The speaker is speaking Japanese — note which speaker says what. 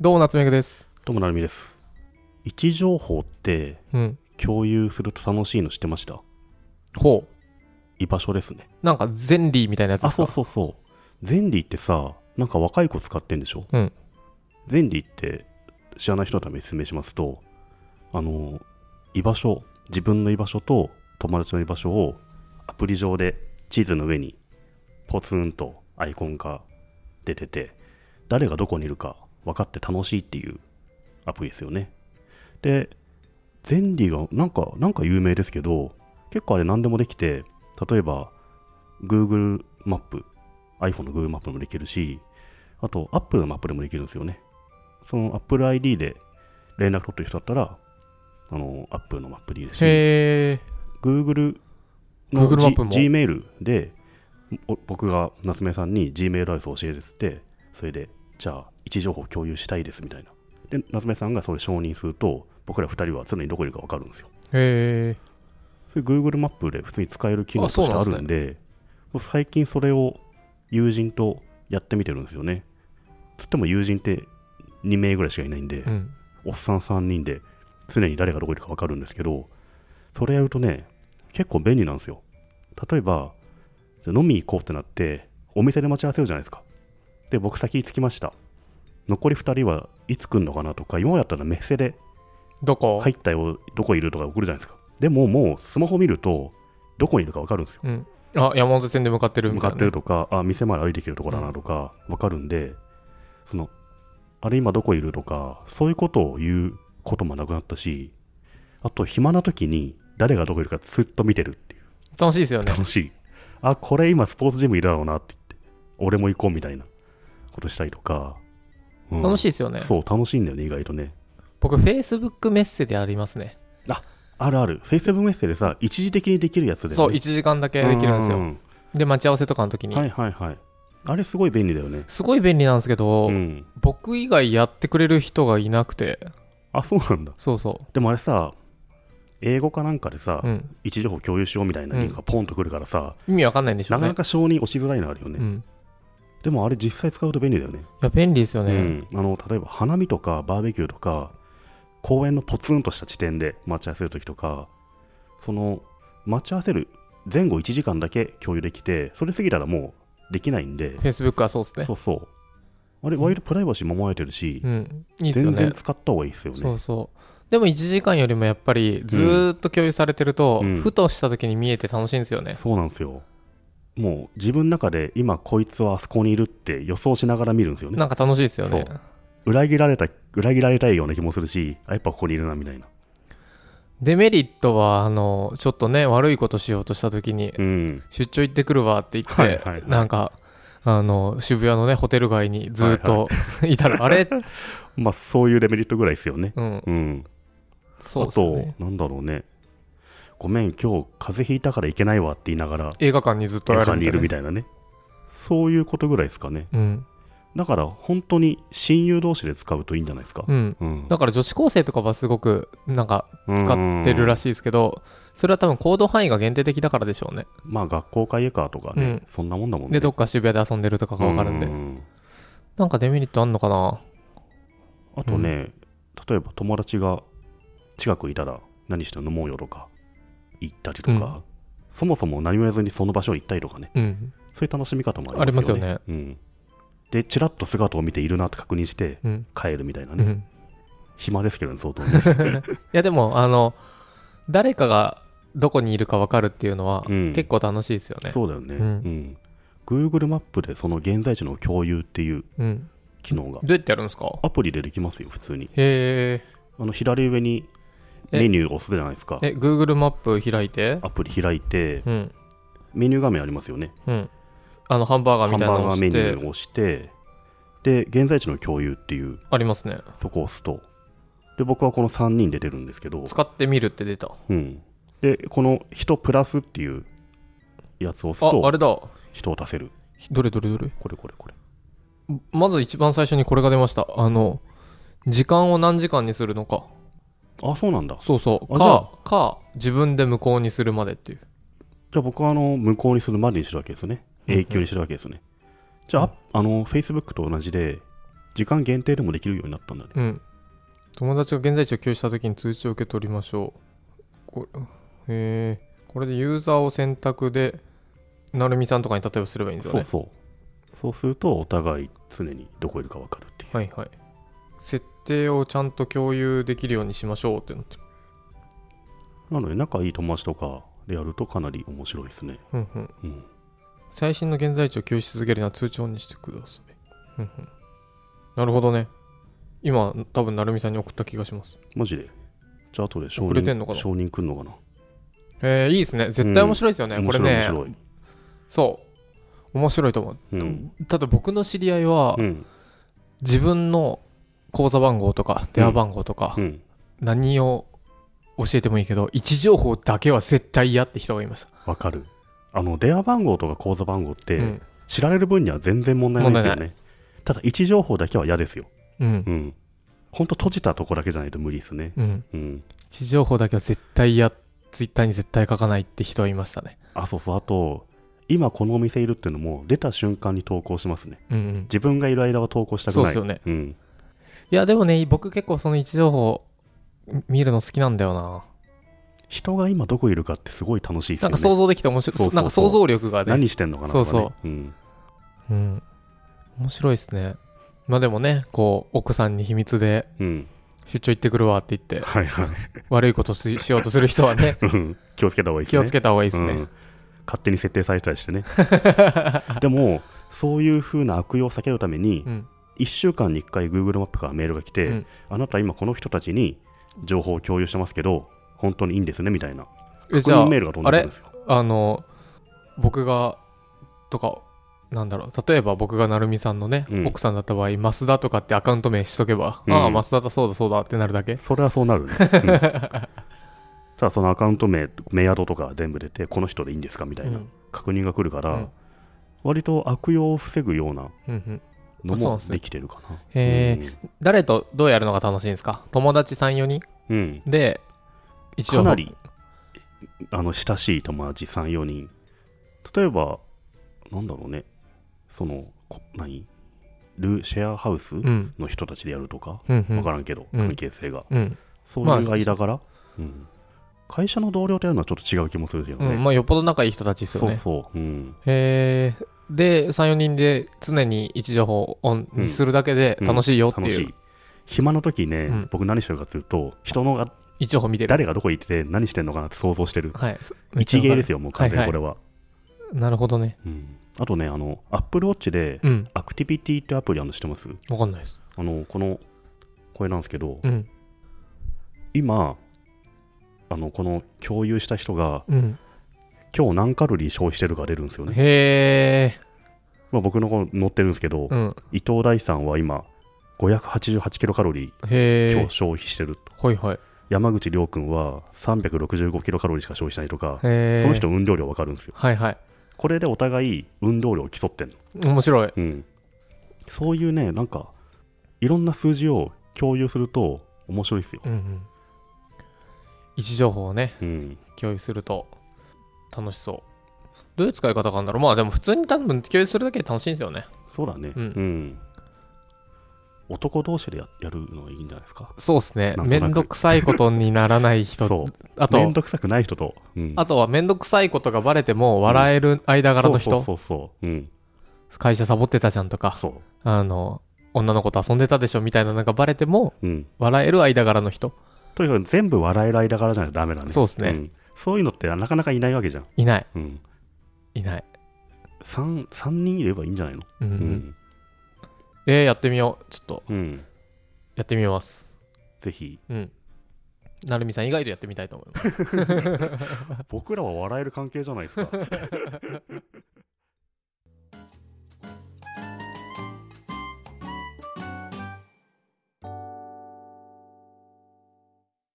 Speaker 1: どうも夏目くです。
Speaker 2: ともなるみです位置情報って
Speaker 1: うん。
Speaker 2: 共有すると楽しいの知ってました
Speaker 1: ほう。
Speaker 2: 居場所ですね
Speaker 1: なんかゼンリーみたいなやつで
Speaker 2: あ
Speaker 1: すか
Speaker 2: そうそうそうゼンリーってさなんか若い子使ってんでしょ、
Speaker 1: うん
Speaker 2: ゼンリーって知らない人のために説明しますとあの居場所自分の居場所と友達の居場所をアプリ上で地図の上にポツンとアイコンが出てて誰がどこにいるか分かって楽しいっていうアプリですよねでゼンリーがなんかなんか有名ですけど結構あれ何でもできて例えば Google マップ、iPhone の Google マップでもできるし、あと Apple のマップでもできるんですよね。その Apple ID で連絡取ってる人だったら、あの Apple のマップでいいですし、
Speaker 1: へえ。
Speaker 2: Google の
Speaker 1: Google マップも
Speaker 2: G- Gmail で、お僕が夏目さんに Gmail アドレスを教えるっつって、それで、じゃあ位置情報共有したいですみたいな。で、夏目さんがそれ承認すると、僕ら2人は常にどこにいるか分かるんですよ。
Speaker 1: へえ。
Speaker 2: それ Google マップで普通に使える機能としてあ
Speaker 1: あそう
Speaker 2: る
Speaker 1: なん
Speaker 2: んで、僕最近それを友人とやってみてるんですよね。つっても友人って2名ぐらいしかいないんで、
Speaker 1: うん。
Speaker 2: おっさん3人で常に誰がどこにいるか分かるんですけど、それやるとね、結構便利なんですよ。例えば、じゃあ飲み行こうってなって、お店で待ち合わせるじゃないですか。で、僕先に着きました。残り2人はいつ来るのかなとか、今までだったらメッセで
Speaker 1: どこ
Speaker 2: 入
Speaker 1: い。
Speaker 2: ったよ、どこいるとか送るじゃないですか。でももうスマホ見ると、どこにいるか分かるんですよ。
Speaker 1: うん。あ、山手線で向かってるみた
Speaker 2: 向か
Speaker 1: いな
Speaker 2: っ
Speaker 1: ね。
Speaker 2: てるとか、あ、店まで歩いてきてるとこだなとか、分かるんで、その、あれ今どこいるとか、そういうことを言うこともなくなったし、あと暇な時に誰がどこいるかずっと見てるっていう。
Speaker 1: 楽しいですよね。
Speaker 2: 楽しい。あ、これ今スポーツジムいるだろうなって言って、俺も行こうみたいなことしたりとか。うん
Speaker 1: 楽しいですよね。
Speaker 2: そう、楽しいんだよね、意外とね。
Speaker 1: 僕、Facebook メッセでありますね。
Speaker 2: あるある。Facebook メッセでさ、一時的にできるやつで、ね。
Speaker 1: そう、1時間だけできるんです
Speaker 2: う
Speaker 1: よ。
Speaker 2: ん
Speaker 1: で、待ち合わせとかの時
Speaker 2: は
Speaker 1: に。
Speaker 2: いはいはい。あれすごい便利だよね。
Speaker 1: すごい便利なんですけど
Speaker 2: う、ん。
Speaker 1: 僕以外やってくれる人がいなくて、
Speaker 2: あ、そうなんだ。
Speaker 1: そうそ
Speaker 2: でもあれさ、英語かなんかでさ、
Speaker 1: う。うん。
Speaker 2: 位置情報共有しようみたいなリンクがポンとくるからさ、
Speaker 1: 意味わかんないんでしょ
Speaker 2: な
Speaker 1: う
Speaker 2: か
Speaker 1: ね。
Speaker 2: なか承認押しづらいのあるよね。
Speaker 1: うん。
Speaker 2: でもあれ実際使うと便利だよね。
Speaker 1: いや、便利ですよね。
Speaker 2: うん、あの例えば花見とかバーベキューとか公園のポツンとした地点で待ち合わせるときとかその待ち合わせる前後1時間だけ共有できてそれ過ぎたらもうできないんで、
Speaker 1: Facebook はそうですね。
Speaker 2: そうそうあれ
Speaker 1: うん
Speaker 2: 割とプライバシー守られてるし、
Speaker 1: うん。いいですよ
Speaker 2: 全
Speaker 1: ね
Speaker 2: 然。使った方がいいですよね
Speaker 1: そうそうでも1時間よりもやっぱりずーっと共有されてると、
Speaker 2: うん
Speaker 1: ふとした時に見えて楽しいんですよね、
Speaker 2: そうなんですよもう自分の中で今こいつはあそこにいるって予想しながら見るんですよね
Speaker 1: なんか楽しいですよね
Speaker 2: 裏切られた裏切られたいような気もするしあやっぱここにいるなみたいな
Speaker 1: デメリットはあのちょっとね悪いことしようとした時に
Speaker 2: うん
Speaker 1: 出張行ってくるわって言って、
Speaker 2: はいはいはい
Speaker 1: なんかあの渋谷のねホテル街にずーっと、 い、たらあれ、
Speaker 2: まあそういうデメリットぐらいですよね
Speaker 1: うん、
Speaker 2: うん
Speaker 1: そう
Speaker 2: あ
Speaker 1: ですよ
Speaker 2: と
Speaker 1: ね、
Speaker 2: なんだろうね、ごめん、今日風邪ひいたから行けないわって言いながら、
Speaker 1: 映画館にずっとや
Speaker 2: 映
Speaker 1: る
Speaker 2: 画
Speaker 1: み
Speaker 2: に
Speaker 1: た
Speaker 2: い
Speaker 1: いな
Speaker 2: る
Speaker 1: ね
Speaker 2: みたいなね、そういうことぐらいですかね。
Speaker 1: うん
Speaker 2: だから、本当に親友同士で使うといいんじゃないですか。
Speaker 1: うん
Speaker 2: うん、
Speaker 1: だから女子高生とかはすごくなんか使ってるら
Speaker 2: しい。
Speaker 1: しいですけどそれは多分行動範囲が限定的だからでしょうね
Speaker 2: まあ、学校会へかとかね、
Speaker 1: うん
Speaker 2: そんなもんだもんね。
Speaker 1: でどっか渋谷で遊んでるとかが分かるんで
Speaker 2: ううん
Speaker 1: なんかデメリットあんのかな
Speaker 2: あとね、例えば友達が近くいたら、何して飲もうよとか、行ったりとか、
Speaker 1: うん
Speaker 2: そもそも何もやずにその場所行ったりとかね、
Speaker 1: うん。
Speaker 2: そういう楽しみ方も
Speaker 1: あ
Speaker 2: あ
Speaker 1: り
Speaker 2: り
Speaker 1: ま
Speaker 2: ますす
Speaker 1: よ
Speaker 2: よ
Speaker 1: ね
Speaker 2: ね。うん、で、ちらっと姿を見ているなって確認して、
Speaker 1: うん。
Speaker 2: 帰るみたいな
Speaker 1: う
Speaker 2: ね、
Speaker 1: ん。
Speaker 2: 暇ですけどね、相 当ね。
Speaker 1: いや、でも、あの、誰かがどこにいるか分かるっていうのは、
Speaker 2: うん
Speaker 1: 結構楽しいですよね。
Speaker 2: そうだよね、
Speaker 1: う
Speaker 2: うんん Google マップでその現在地の共有っていう
Speaker 1: うん。
Speaker 2: 機能
Speaker 1: ど
Speaker 2: が
Speaker 1: うやってやるんですか
Speaker 2: アプリでできますよ、普通に。
Speaker 1: へ
Speaker 2: あの左上に
Speaker 1: え
Speaker 2: メニューを押すじゃないですか
Speaker 1: え。。え、Google マップ開いて、
Speaker 2: アプリ開いて、
Speaker 1: うん。
Speaker 2: メニュー画面ありますよね。
Speaker 1: うん。あの、ハンバーガー
Speaker 2: ハ
Speaker 1: み
Speaker 2: ン
Speaker 1: たいな
Speaker 2: バ
Speaker 1: のを
Speaker 2: ーガー
Speaker 1: し
Speaker 2: メニ
Speaker 1: て
Speaker 2: ューを押して、で、現在地の共有っていう
Speaker 1: ありますね。
Speaker 2: とこを押すと、で、僕はこの3人で出るんですけど、
Speaker 1: 使ってみるって出た。
Speaker 2: うん。で、この人プラスっていうやつを押す
Speaker 1: あ、あ
Speaker 2: と、
Speaker 1: れだ。
Speaker 2: 人を足せる。
Speaker 1: どれどれどれ。
Speaker 2: これこれこれ。
Speaker 1: まず一番最初にこれが出ました。あの、時間を何時間にするのか。
Speaker 2: あ、そうなんだ。
Speaker 1: そうそう。
Speaker 2: あじゃ
Speaker 1: か、か、自分で無効にするまでっていう。
Speaker 2: じゃあ僕はあの無効にするまでにしてるわけですね。
Speaker 1: うんうん
Speaker 2: 永久にしてるわけですね。じゃあ、あの、Facebook と同じで、時間限定でもできるようになったんだね。
Speaker 1: うん。友達が現在地を共有したときに通知を受け取りましょう。これ、えーこれでユーザーを選択で、なるみさんとかに例えばすればいいんです
Speaker 2: そ
Speaker 1: よ
Speaker 2: う
Speaker 1: ね。
Speaker 2: そう。そうすると、お互い常にどこいるか分かるっていう。
Speaker 1: はいはい。設定をちゃんと共有できるようにしましょうってなってる。
Speaker 2: なので、仲いい友達とかでやるとかなり面白いですね。
Speaker 1: うんうん。
Speaker 2: うん。
Speaker 1: 最新の現在地を共有し続けるのは通知オンにしてください。うんうん。なるほどね。今、多分なるみさんに送った気がします。
Speaker 2: マジで。じゃあ、後で承
Speaker 1: 遅れてんのか
Speaker 2: 認、
Speaker 1: な
Speaker 2: 承認来んのかな。
Speaker 1: えー、いいですね。絶対面白いですよね。
Speaker 2: 面
Speaker 1: これ
Speaker 2: 白い、面
Speaker 1: ね、
Speaker 2: 白い。
Speaker 1: そう。面白いと思う。
Speaker 2: うん。
Speaker 1: ただ僕の知り合いは、
Speaker 2: うん。
Speaker 1: 自分の口座番号とか電話番号とか、
Speaker 2: うん。
Speaker 1: 何を教えてもいいけど位置情報だけは絶対嫌って人がいました、
Speaker 2: わかる。あの、電話番号とか口座番号って、
Speaker 1: うん
Speaker 2: 知られる分には全然問題ないですよ
Speaker 1: 問
Speaker 2: ね。ただ、位置情報だけは嫌ですよ。
Speaker 1: うん
Speaker 2: うん。ほんと閉じたとこだけじゃないと無理ですね。
Speaker 1: うん、
Speaker 2: うん。
Speaker 1: 位置情報だけは絶対嫌ツイッターに絶対書かないって人はいましたね
Speaker 2: あ、そうそう。あと、今このお店いるっていうのも、出た瞬間に投稿しますね。
Speaker 1: うん、うん、
Speaker 2: 自分がいる間は投稿したく
Speaker 1: そう
Speaker 2: な
Speaker 1: で
Speaker 2: い。
Speaker 1: すよね
Speaker 2: うん。
Speaker 1: いやでもね僕結構その位置情報見るの好きなんだよな
Speaker 2: 人が今どこいるかってすごい楽しいです
Speaker 1: な
Speaker 2: よ
Speaker 1: ん
Speaker 2: ね。
Speaker 1: か想像できて面白い
Speaker 2: そうそうそう
Speaker 1: なんか想像力がね
Speaker 2: 何してんのかな
Speaker 1: そう
Speaker 2: と
Speaker 1: そ
Speaker 2: か
Speaker 1: う
Speaker 2: ね。うん。
Speaker 1: うん面白いですねまあでもねこう奥さんに秘密で
Speaker 2: うん。
Speaker 1: 出張行ってくるわって言 って
Speaker 2: はいはい。
Speaker 1: 悪いことししようとする人は ね
Speaker 2: うん気をつけた方がいいです
Speaker 1: 気
Speaker 2: ね。
Speaker 1: をつけた方がいいですね、
Speaker 2: うん勝手に設定されたり してね。でも、そういう風な悪用を避けるために、
Speaker 1: うん
Speaker 2: 1週間に1回 Google マップからメールが来て、
Speaker 1: うん
Speaker 2: あなた今この人たちに情報を共有してますけど、本当にいいんですねみたいな。
Speaker 1: え
Speaker 2: 確
Speaker 1: じゃ
Speaker 2: 認
Speaker 1: あ
Speaker 2: メールが飛んでくるんですよ。
Speaker 1: あの僕がとかなんだろう例えば僕が成美さんのね、
Speaker 2: うん
Speaker 1: 奥さんだった場合増田とかってアカウント名しとけば、
Speaker 2: うん
Speaker 1: ああ増田だそうだそうだってなるだけ
Speaker 2: それはそうなる ね。うんただそのアカウント名、メアドとか全部出て、この人でいいんですかみたいな
Speaker 1: うん
Speaker 2: 確認が来るから、
Speaker 1: うん
Speaker 2: 割と悪用を防ぐような
Speaker 1: うんうん
Speaker 2: の
Speaker 1: あそうなん
Speaker 2: も
Speaker 1: ですね
Speaker 2: できてるかな。
Speaker 1: へ誰とどうやるのが楽しいんですか友達34人
Speaker 2: うんうん
Speaker 1: で一
Speaker 2: か
Speaker 1: 応
Speaker 2: なりあの親しい友達3、4人。例えば、なんだろうね、その、こ何ルシェアハウス
Speaker 1: うん
Speaker 2: の人たちでやるとか、
Speaker 1: うんう
Speaker 2: わか
Speaker 1: ん
Speaker 2: らんけど、
Speaker 1: うん
Speaker 2: 関係性が。
Speaker 1: うん、
Speaker 2: そういう間柄、うん、会社の同僚とやるのはちょっと違う気もするけど
Speaker 1: う
Speaker 2: ね。
Speaker 1: ん、まあよっぽど仲いい人たちですよ
Speaker 2: そう
Speaker 1: ね
Speaker 2: そう。うん。
Speaker 1: へえで34人で常に位置情報をオンにするだけで
Speaker 2: うん
Speaker 1: 楽しいよって
Speaker 2: 楽
Speaker 1: い
Speaker 2: し
Speaker 1: う
Speaker 2: い。暇の時ね、
Speaker 1: うん
Speaker 2: 僕何してるかというと、人のが
Speaker 1: 位置情報見てる、
Speaker 2: 誰がどこ行ってて何してんのかなって想像してる。
Speaker 1: はい、
Speaker 2: 一芸です
Speaker 1: よ
Speaker 2: よ、もう完全にこれは。
Speaker 1: なるほどね
Speaker 2: うん、あとね、あの、Apple Watch で、
Speaker 1: うん
Speaker 2: アクティビティってアプリあるの知ってます
Speaker 1: わかんないです
Speaker 2: あの、この、これなんですけど、
Speaker 1: うん
Speaker 2: 今、あの、この共有した人が、
Speaker 1: うん
Speaker 2: 今日何カロリー消費してるか出るんですよね。
Speaker 1: へえ
Speaker 2: まあ、僕のこの乗ってるんですけど、
Speaker 1: うん
Speaker 2: 伊藤大さんは今、588キロカロリー
Speaker 1: へ
Speaker 2: 今
Speaker 1: え
Speaker 2: 日消費してると。
Speaker 1: はいはい
Speaker 2: 山口亮君は365キロカロリーしか消費しないとか、
Speaker 1: へえ
Speaker 2: その人の運動量わかるんですよ。
Speaker 1: はいはい
Speaker 2: これでお互い運動量を競ってんの。
Speaker 1: 面白い
Speaker 2: うん。そういうね、なんか、いろんな数字を共有すると面白いですよ。
Speaker 1: うんうん位置情報をね
Speaker 2: うん。
Speaker 1: 共有すると楽しそうどういう使い方があるんだろうまあでも普通に多分共有するだけで楽しいんですよね
Speaker 2: そうだね。
Speaker 1: う
Speaker 2: うんん。男同士でややるのいいんじゃないですか。
Speaker 1: そうですね
Speaker 2: なんと
Speaker 1: め
Speaker 2: なく
Speaker 1: んどくさいことにならない人
Speaker 2: そう。
Speaker 1: あ
Speaker 2: めん
Speaker 1: と
Speaker 2: どくさくない人と。うん。
Speaker 1: あとはめんどくさいことがバレても笑える間柄の人、
Speaker 2: そうそうそうそう。うん。
Speaker 1: 会社サボってたじゃんとか
Speaker 2: そ
Speaker 1: あの女の子と遊んでたでしょみたいななんかバレても
Speaker 2: う。うん。
Speaker 1: 笑える間柄の人
Speaker 2: とにかく全部笑える間柄じゃダメだね。
Speaker 1: そうっすね
Speaker 2: んそういうのってなかなかいないわけじゃん。
Speaker 1: いない
Speaker 2: うん。
Speaker 1: いない
Speaker 2: 3, 三人いればいいんじゃないの
Speaker 1: うん、う、
Speaker 2: うんん。
Speaker 1: えー、やってみようちょっと
Speaker 2: うん。
Speaker 1: やってみます
Speaker 2: ぜひ。
Speaker 1: うんなるみさん以外でやってみたいと思います
Speaker 2: 僕らは笑える関係じゃないですか。